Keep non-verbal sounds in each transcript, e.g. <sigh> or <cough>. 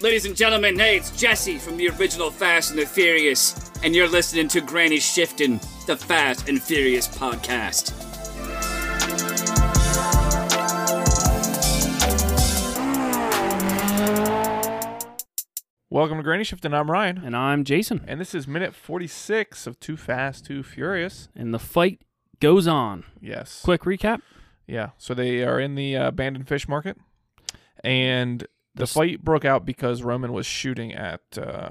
Ladies and gentlemen, hey, it's Jesse from the original Fast and the Furious, and you're listening to Granny Shifting, the Fast and Furious podcast. Welcome to Granny Shift, and I'm Ryan. And I'm Jason. And this is minute 46 of Too Fast, Too Furious. And the fight goes on. Yes. Quick recap. Yeah. So they are in the uh, abandoned fish market, and the fight broke out because Roman was shooting at. Uh,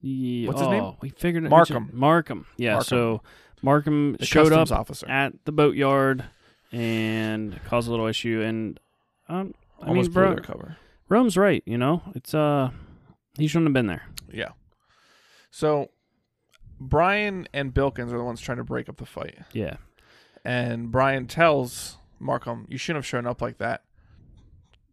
Ye- What's his name? oh, We figured it. Markham. Markham. Yeah. Markham. So Markham The showed up customs officer. at the boatyard and caused a little issue. And um, I almost mean, blew bro, their cover. Rome's right. You know, it's uh, he shouldn't have been there. Yeah. So Brian and Bilkins are the ones trying to break up the fight. Yeah. And Brian tells Markham, You shouldn't have shown up like that.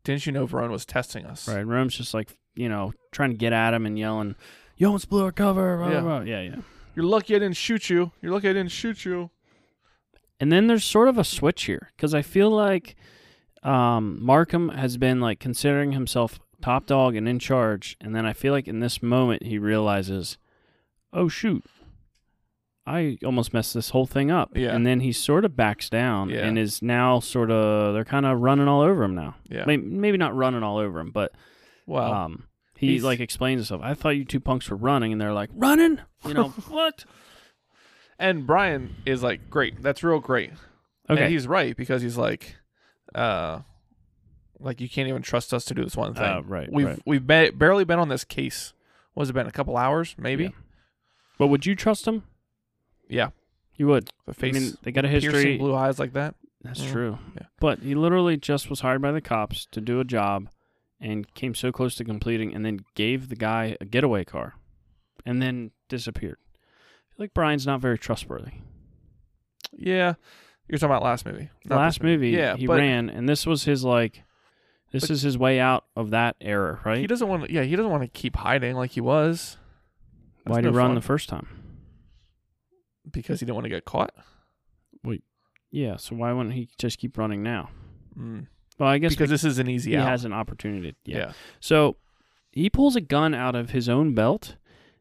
Didn't you know Verone was testing us? Right. Rome's just like you know trying to get at him and yelling, "You almost blew our cover." Blah, Yeah. yeah. Blah, blah. Yeah. Yeah. You're lucky I didn't shoot you. You're lucky I didn't shoot you. And then there's sort of a switch here because I feel like um, Markham has been like considering himself top dog and in charge, and then I feel like in this moment he realizes, oh shoot, I almost messed this whole thing up. Yeah. And then he sort of backs down Yeah. and is now sort of they're kind of running all over him now. Yeah. May- Maybe not running all over him, but Well, um, he he's- like explains himself. I thought you two punks were running, and they're like running. You <laughs> know what? And Brian is like, great, that's real great. Okay. And he's right because he's like, uh, like you can't even trust us to do this one thing. Uh, right, We've right. we've ba- barely been on this case. What has it been? A couple hours, maybe. Yeah. but would you trust him? Yeah. You would. The face, I mean, they got a piercing history. blue eyes like that. That's Yeah. true. Yeah. But he literally just was hired by the cops to do a job and came so close to completing and then gave the guy a getaway car and then disappeared. I feel like Brian's not very trustworthy. Yeah. You're talking about last movie. not Last this movie. movie, Yeah, he but ran, and this was his, like, this But- is his way out of that error, He right? doesn't want. to Yeah, he doesn't want to keep hiding like he was. That's Why'd no he run fun. the first time? because he didn't want to get caught. Yeah, so why wouldn't he just keep running now? Mm. Well, I guess Because this is an easy he out. has an opportunity. yeah. yeah. So he pulls a gun out of his own belt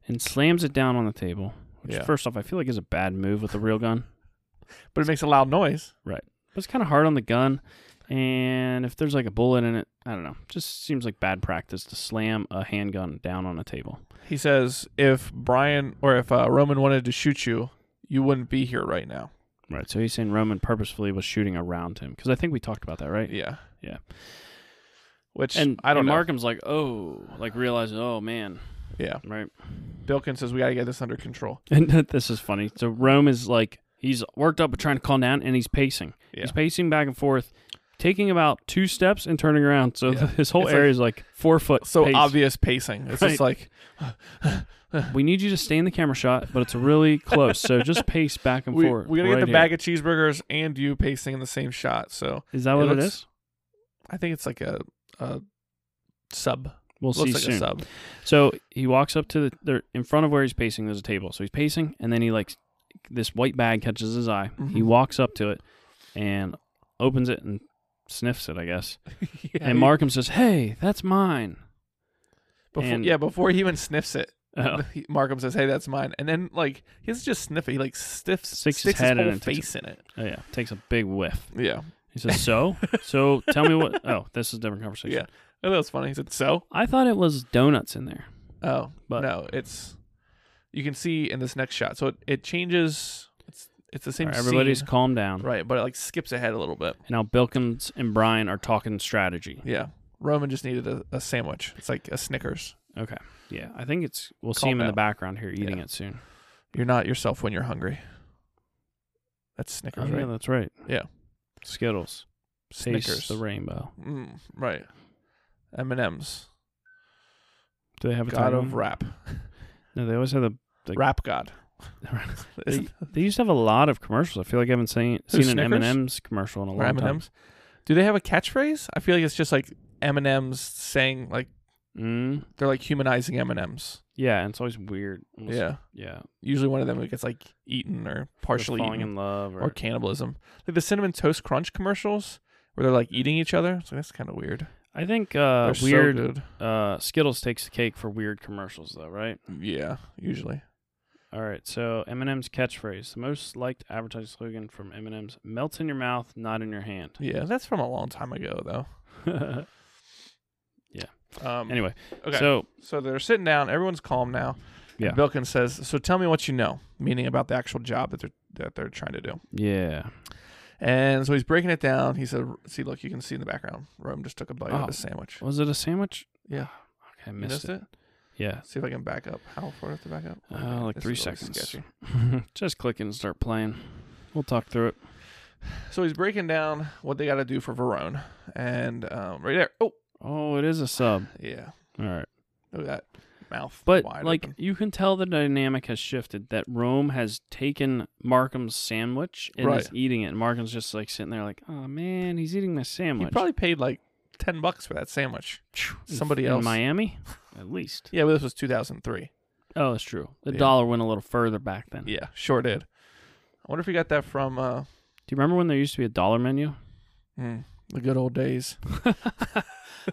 and slams it down on the table. Which, Yeah. first off, I feel like is a bad move with a real gun. but it makes a loud noise. But it's kind of hard on the gun. And if there's like a bullet in it, I don't know. Just seems like bad practice to slam a handgun down on a table. He says, if Brian or if uh, Roman wanted to shoot you, you wouldn't be here right now. Right. So he's saying Roman purposefully was shooting around him. Because I think we talked about that, right? Yeah. Yeah. Which And I don't and know. Markham's like, oh, like realizes, oh man, yeah. right. Bilkin says we got to get this under control. And <laughs> this is funny. So Rome is like he's worked up, but trying to calm down, and he's pacing. Yeah. He's pacing back and forth, taking about two steps and turning around. So <laughs> Yeah. his whole It's area like- is like four foot. So pace. obvious pacing. It's just like We need you to stay in the camera shot, but it's really close. so <laughs> just pace back and we, forth. we got to right get the here. bag of cheeseburgers and you pacing in the same shot. So Is that it what it looks- is? I think it's like a, a sub. We'll see Looks like soon. a sub. So he walks up to the there in front of where he's pacing. There's a table. So he's pacing, and then he like this white bag catches his eye. He Mhm. walks up to it and opens it and sniffs it. I guess. Yeah, <laughs> and he- Markham says, "Hey, that's <laughs> mine." before, and- yeah, before he even sniffs it, Oh, he- Markham says, "Hey, that's mine." And then like he doesn't just sniff it. He like sniffs, Sticks his sticks his, head in whole and takes face in it. oh, yeah, takes a big whiff. Yeah, He says, <laughs> "So, so, tell me what." Oh, this is a different conversation. yeah. Oh, that was funny. He said, "So." I thought it was donuts in there. Oh, But- no, it's you can see in this next shot. So it, it changes. It's it's the same. All right, everybody's scene, calm down. right, but it like skips ahead a little bit. And now Bilkins and Brian are talking strategy. Yeah, Roman just needed a, a sandwich. It's like a Snickers. Okay, yeah, I think it's we'll see Calm him in the down. background here eating Yeah. it soon. You're not yourself when you're hungry. That's Oh, Snickers, yeah, right? that's right. Yeah. Skittles, taste Snickers. the rainbow. mm, right. M and M's. Do they have a God title? of rap. No, they always have the. Like- <laughs> Rap God. <laughs> They, they used to have a lot of commercials. I feel like I haven't seen Who, seen an M Snickers? and M's commercial in a or long M and time. M's. Do they have a catchphrase? I feel like it's just like M and M's saying like Mm, they're like humanizing M and M's. yeah, and it's always weird. Almost- Yeah. yeah. usually one of them gets like eaten or partially They're falling eaten in love or, or cannibalism. Like the cinnamon toast crunch commercials where they're like eating each other. So that's kind of weird. I think uh, They're so weird good. uh, Skittles takes the cake for weird commercials, though, right? Yeah, usually. All right. So Eminem's catchphrase, the most liked advertising slogan from Eminem's, "Melts in your mouth, not in your hand." <laughs> Yeah, that's from a long time ago though. Um, anyway, okay. so So they're sitting down. Everyone's calm now. Yeah. Bilkin says, "So tell me what you know," meaning about the actual job that they're that they're trying to do. yeah, And so he's breaking it down. He said, "See, look, you can see in the background. Rome just took a bite Oh. of his sandwich. was it a sandwich? Yeah, Okay, I You missed, it. Yeah, See if I can back up. How far do I have to back up? Uh, like This three is really seconds. sketchy. <laughs> just click it and start playing. We'll talk through it. So he's breaking down what they got to do for Verone, and um, right there. Oh, Oh, it is a sub. yeah. All right. Look at that mouth. But wide like open. you can tell the dynamic has shifted that Rome has taken Markham's sandwich and is Right. eating it and Markham's just like sitting there like, "Oh man, he's eating my he sandwich." probably paid like ten bucks for that sandwich. Somebody in else. <laughs> Miami at least. Yeah, but this was 2003. Oh, that's true. The Yeah. dollar went a little further back then. Yeah, sure did. I wonder if he got that from uh, Do you remember when there used to be a dollar <laughs> menu? mm, the good old days.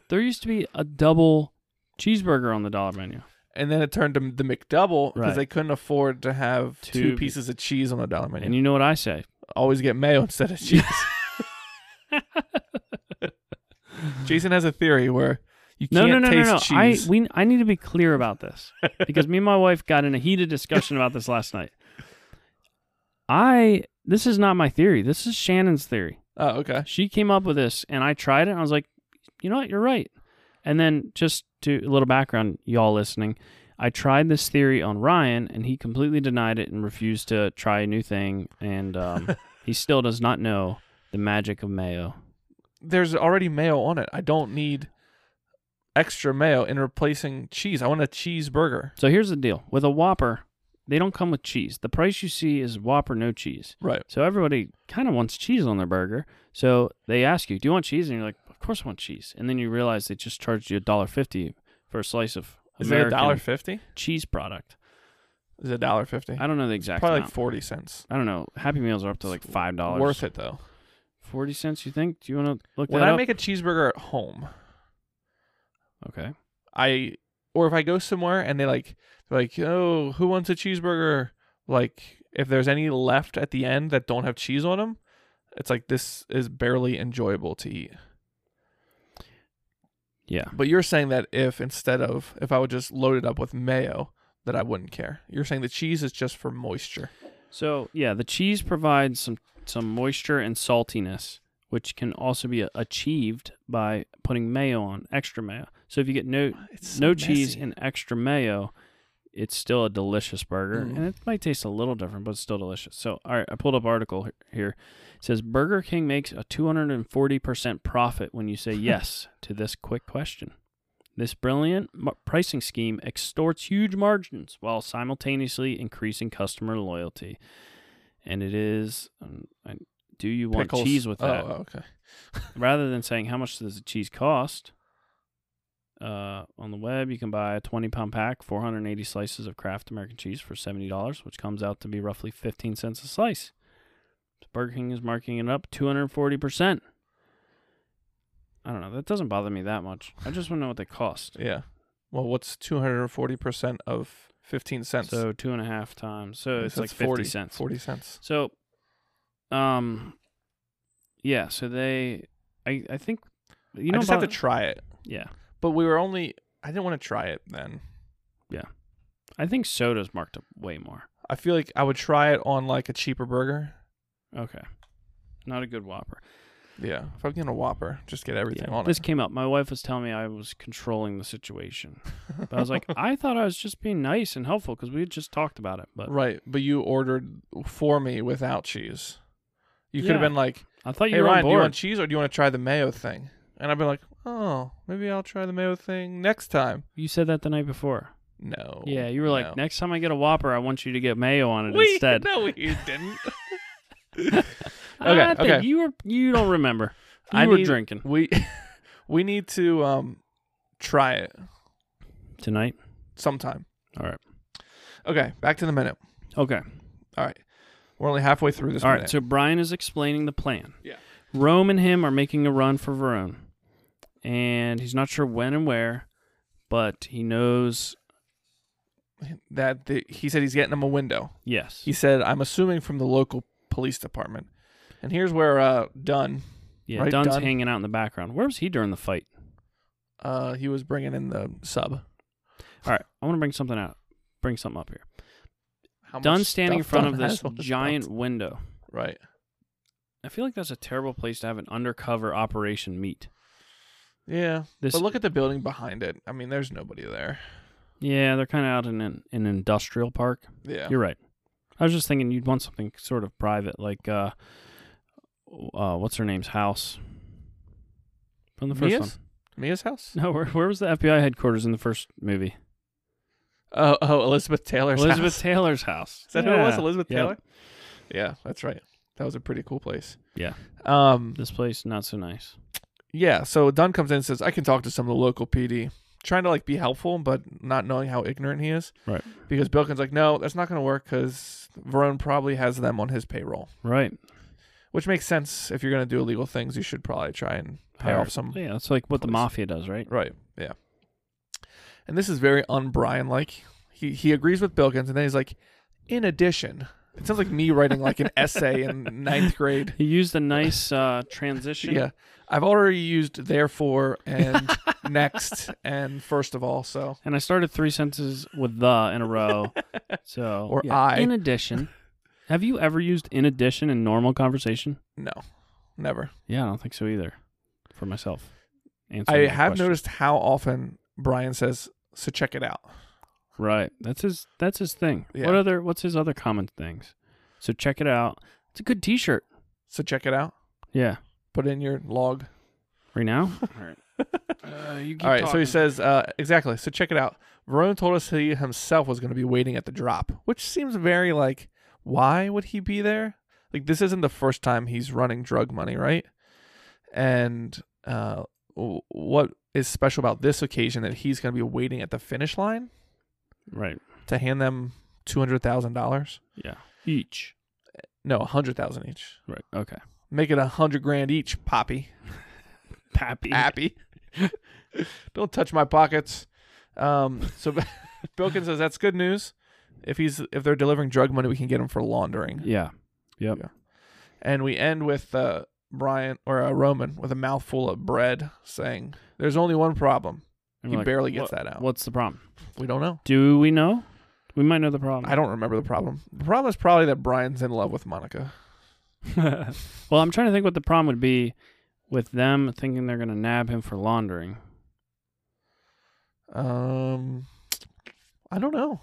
There used to be a double cheeseburger on the dollar menu. And then it turned to the McDouble because Right. they couldn't afford to have Two two, be- pieces of cheese on the dollar menu. And you know what I say? always get mayo instead <laughs> of cheese. Jason has a theory where you No, can't no, no, no, taste no. I cheese. we I need to be clear <laughs> about this because me and my wife got in a heated discussion about this last night. I this is not my theory. This is Shannon's theory. oh, okay. She came up with this, and I tried it. And I was like, you know what, you're right. And then just to a little background, y'all listening, I tried this theory on Ryan, and he completely denied it and refused to try a new thing. And <laughs> um, he still does not know the magic of mayo. There's already mayo on it. I don't need extra mayo in replacing cheese. I want a cheeseburger. So here's the deal with a Whopper, they don't come with cheese. The price you see is Whopper, no cheese. Right. So everybody kind of wants cheese on their burger. So they ask you, Do you want cheese? And you're like, Of course I want cheese. And then you realize they just charged you $1.50 for a slice of Is it a American dollar fifty? cheese product. Is it a dollar fifty? I don't know the exact Probably like amount. forty cents. I don't know. Happy Meals are up to like $5. Worth it though. 40 cents, you think? Do you want to look When that I up? make a cheeseburger at home, okay. I or if I go somewhere and they like they're like, oh, who wants a cheeseburger? Like if there's any left at the end that don't have cheese on them, it's like this is barely enjoyable to eat. Yeah. But you're saying that if instead of if I would just load it up with mayo, that I wouldn't care. You're saying the cheese is just for moisture. So yeah, the cheese provides some some moisture and saltiness, which can also be achieved by putting mayo on extra mayo. So if you get no It's so no cheese messy. and extra mayo, it's still a delicious burger, Mm. and it might taste a little different, but it's still delicious. So all right, I pulled up article h- here. It says Burger King makes a 240 percent profit when you say <laughs> yes to this quick question. This brilliant m- pricing scheme extorts huge margins while simultaneously increasing customer loyalty. And it is, um, I, do you want Pickles. cheese with Oh, that? Oh, okay. Rather than saying how much does the cheese cost, uh, on the web you can buy a 20 pound pack, 480 slices of Kraft American cheese for $70, which comes out to be roughly 15 cents a slice. So Burger King is marking it up 240%. I don't know. That doesn't bother me that much. I just want to know what they cost. Yeah. Well, what's two hundred and forty percent of fifteen cents? So two and a half times. So it's So like that's fifty cents. Forty cents. So, um, yeah. So they, I, I think you know I just about, have to try it. yeah. But we were only. I didn't want to try it then. I think soda's marked up way more. I feel like I would try it on like a cheaper burger. Okay, not a good Whopper. Yeah. If I'm getting a Whopper, just get everything Yeah, on this it. came up. My wife was telling me I was controlling the situation, but <laughs> I was like, I thought I was just being nice and helpful because we had just talked about it. But right. But you ordered for me without cheese. You could have Yeah. been like, I thought you hey, were Ryan, on do you board. want cheese or do you want to try the mayo thing? And I've been like, oh, maybe I'll try the mayo thing next time. you said that the night before. No. yeah, you were Oh, no. like, next time I get a Whopper, I want you to get mayo on it <laughs> We- instead. No, we <laughs> didn't. Okay, Okay, okay. You were you don't remember. You I were need- drinking we <laughs> we need to um try it tonight. sometime. All right. Okay, back to the minute. Okay. All right. We're only halfway through this All minute. right. So Brian is explaining the plan. Yeah. Rome and him are making a run for Verone. and he's not sure when and where, but he knows That the, he said he's getting him a window. yes. He said, "I'm assuming from the local police department." And here's where uh, Dunn, yeah, right, Dunn's Dunn. hanging out in the background. Where was he during the fight? uh, he was bringing in the sub. All right, I want to bring something out. Bring something up here. How much Dunn's standing in stuff front Dunn of <laughs> has this on his giant belt. window. Right. I feel like that's a terrible place to have an undercover operation meet. Yeah. This, but look at the building behind it. I mean, there's nobody there. yeah, they're kind of out in an, an industrial park. Yeah. You're right. I was just thinking you'd want something sort of private, like uh, uh what's her name's house from the first Mia's? Mia's house. one. No, where, where was the FBI headquarters in the first movie? Oh, oh, Elizabeth Taylor's Elizabeth house. <laughs> Taylor's house. Is that who it was? Yeah. Elizabeth Yep. Taylor. Yeah, that's right. That was a pretty cool place. Yeah. Um. This place not so nice. Yeah. So Dunn comes in and says, "I can talk to some of the local PD." Trying to like be helpful, but not knowing how ignorant he is. Right. Because Bilkin's like, no, that's not going to work because Verone probably has them on his payroll, Right. which makes sense. If you're going to do illegal things, you should probably try and pay Hire- off some Yeah, that's like what the police. mafia does, right? Right. Yeah. And this is very un-Brian like. He he agrees with Bilkins, and then he's like, in addition, it sounds like me writing like an essay in ninth grade. He used a nice uh, transition. Yeah, I've already used therefore and next and first of all. So And I started three sentences with the in a <laughs> row. So Or yeah. I. In addition, have you ever used in addition in normal conversation? no, never. Yeah, I don't think so either. For myself, I Answering your have question. noticed how often Brian says, "So check it out." Right, that's his. That's his thing. Yeah. What other? What's his other common things? So check it out. It's a good T-shirt. So check it out. Yeah. Put in your log. Right <laughs> now. All right. Uh, you keep All right, so he talking. says uh, exactly. So check it out. Verone told us he himself was going to be waiting at the drop, which seems very like why would he be there? Like this isn't the first time he's running drug money, right? And uh, w- what is special about this occasion that he's going to be waiting at the finish line Right. to hand them two hundred thousand dollars? Yeah. Each. No, a hundred thousand each. Right. Okay. Make it a hundred grand each, Poppy. Pappy. happy. <laughs> Don't touch my pockets. Um, so <laughs> Bilkin says that's good news. If he's if they're delivering drug money, we can get him for laundering. Yeah. Yep. Yeah. And we end with uh, Brian or uh, Roman with a mouthful of bread, saying, "There's only one problem. And he we're like, barely "What- gets that out. What's the problem? We don't know. Do we know? We might know the problem. I don't remember the problem. The problem is probably that Brian's in love with Monica. <laughs> well, I'm trying to think what the problem would be with them thinking they're going to nab him for laundering. Um, I don't know.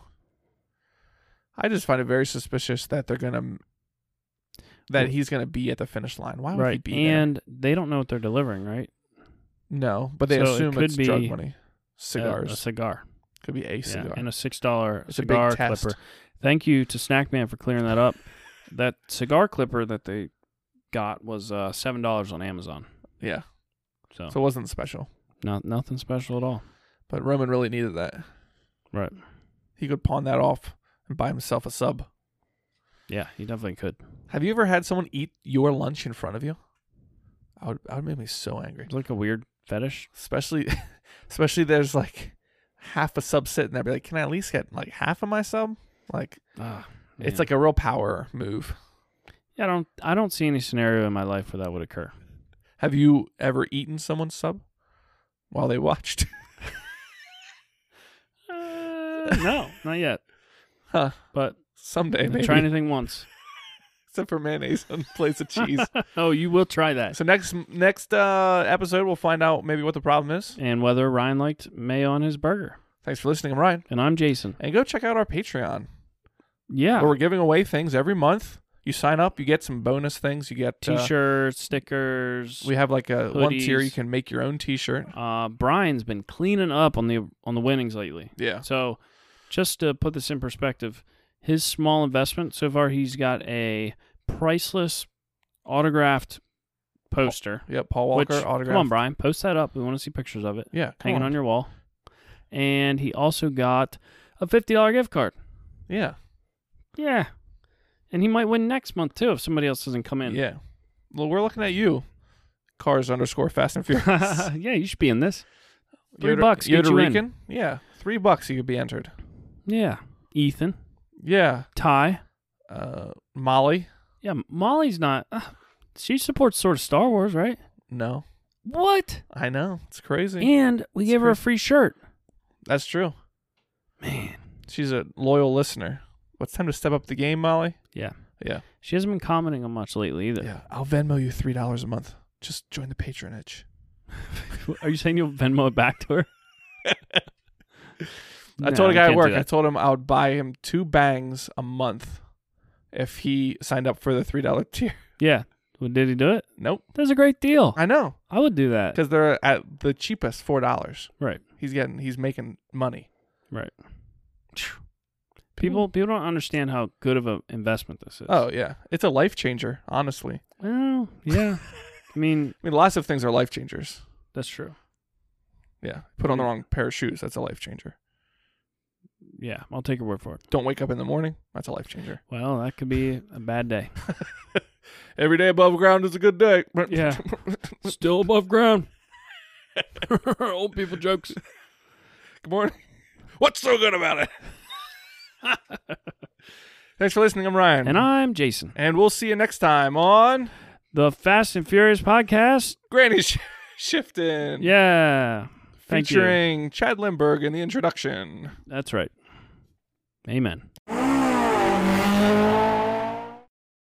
I just find it very suspicious that they're gonna that Well- he's gonna be at the finish line. Why would he right. be And they don't know what they're delivering, right? there? No, but they So it assume could it's drug be, money. A- Cigars A, cigar. could be a Yeah, cigar. and a $6 It's a big cigar test. clipper. Thank you to Snackman for clearing that <laughs> up. that cigar clipper that they got was uh, $7 on Amazon. yeah, So, so it wasn't special, not nothing special at all. but Roman really needed that. Right. He could pawn that off and buy himself a sub. Yeah, you definitely could. Have you ever had someone eat your lunch in front of you? I would. I would make me so angry. It's like a weird fetish. especially <laughs> especially there's like half a sub sitting there be like can i at least get like half of my sub like Ah, man. it's like a real power move Yeah, I don't I don't see any scenario in my life where that would <laughs> occur. have you ever eaten someone's sub while they watched <laughs> Uh, no, not yet. Huh. But someday maybe try anything once. <laughs> except for mayonnaise and place <laughs> of cheese oh, you will try <laughs> that. so next next uh episode we'll find out maybe what the problem is And whether Ryan liked mayo on his burger. thanks for listening i'm ryan And I'm Jason. and go check out our patreon Yeah. where we're giving away things every month you sign up you get some bonus things you get uh, T-shirts, stickers. we have like a one tier hoodies. you can make your own t-shirt uh, Brian's been cleaning up on the on the winnings lately. yeah So, just to put this in perspective, his small investment so far, he's got a priceless autographed poster. yeah paul walker which, autograph Come on, Brian, post that up. We want to see pictures of it Yeah, come hanging on. your wall. And he also got a fifty dollar gift card. Yeah, Yeah, and he might win next month too if somebody else doesn't come in. yeah. Well, we're looking at you. cars underscore Fast and Furious. <laughs> yeah, you should be in this. Three Yoder- bucks get you in. Yoderican? Yeah, three bucks you could be entered. Yeah, Ethan, Yeah, Ty. uh, Molly. Yeah, Molly's not. Uh, she supports sort of Star Wars, right? No, What? I know it's crazy. And we gave her a pretty- free shirt. That's true. Man, She's a loyal listener. What's time to step up the game, Molly? Yeah. yeah, she hasn't been commenting on much lately either. yeah. I'll Venmo you three dollars a month. Just join the patronage. <laughs> Are you saying you'll Venmo it back <laughs> to her? I told a guy at work. I I told him I would buy him two bangs a month if he signed up for the three dollar <laughs> tier. yeah. Well, did he do it? Nope. That's a great deal. I know I would do that. because they're at the cheapest four dollars. Right. He's getting. He's making money. Right. People people don't understand how good of an investment this is. Oh yeah, it's a life changer. Honestly, Well, <laughs> yeah. I mean, I mean, lots of things are life changers. that's true. Yeah, put on the wrong pair of shoes. That's a life changer. Yeah, I'll take your word for it. Don't wake up in the morning. That's a life changer. Well, that could be a bad day. Every day above ground is a good day. <laughs> Yeah. <laughs> Still above ground. <laughs> Old people jokes. good morning. What's so good about it? <laughs> Thanks for listening. I'm Ryan, And I'm Jason. and we'll see you next time on The Fast and Furious podcast. Granny Sh- Shifting. Yeah. Thank you. Featuring Chad Lindberg in the introduction. That's right. Amen.